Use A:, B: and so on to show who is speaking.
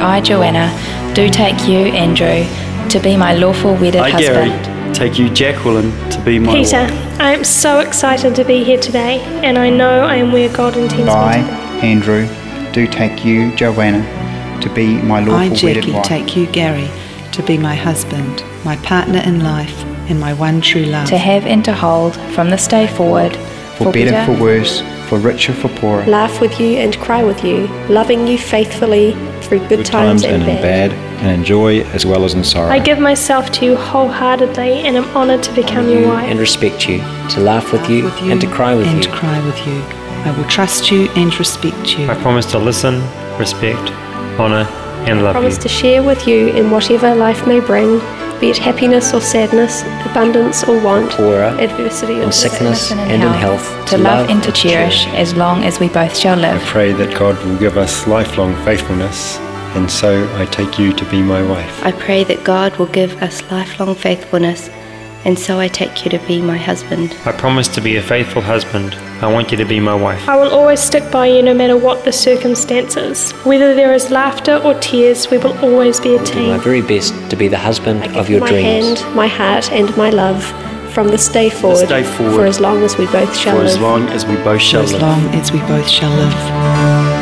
A: I, Joanna, do take you, Andrew, to be my lawful wedded
B: I,
A: husband.
B: Gary, take you, Jacqueline, to be my
C: Peter,
B: wife.
D: uh,
C: I am so excited to be here today, and I know I am where God intends
E: And
C: me
E: I,
C: to
E: Andrew, do take you, Joanna, to be my lawful
F: I,
E: wedded
F: Jackie,
E: wife.
F: take you, Gary, to be my husband, my partner in life, and my one true love.
A: to have and to hold from this day forward
E: for, better, for worse, for richer, for poorer.
G: laugh with you and cry with you, loving you faithfully through good,
H: good times and in
G: bad.
H: bad, and enjoy as well as in sorrow.
C: be. I give myself to you wholeheartedly, and am honoured to become your
D: you
C: wife.
D: and respect you, to laugh with you,
F: With
D: and to cry with
F: and
D: you.
F: cry with you. I will trust you and respect you.
I: I promise to listen, respect, honour, and love
G: Promise
I: you.
G: to share with you in whatever life may bring, be it happiness or sadness, abundance or want,
D: Poorer
G: adversity or
D: and sickness
A: and
D: and
A: in
D: in
A: health,
D: health,
A: to love and to cherish as long as we both shall
H: I
A: live.
H: pray that God will give us lifelong faithfulness, and so I take you to be my wife.
J: I pray that God will give us lifelong faithfulness, and so I take you to be my husband.
I: I promise to be a faithful husband. I want you to be my wife.
C: I will always stick by you no matter what the circumstances. Whether there is laughter or tears, we will always be a
D: Do my
C: team.
D: very best to be the husband
G: I
D: of
G: give
D: your
G: my
D: dreams.
G: hand, my heart, and my love from this day forward,
B: day forward,
G: for as long as we both shall
B: For
G: live.
B: as long as we both
F: for
B: shall
F: as
B: live.
F: long as we both shall live.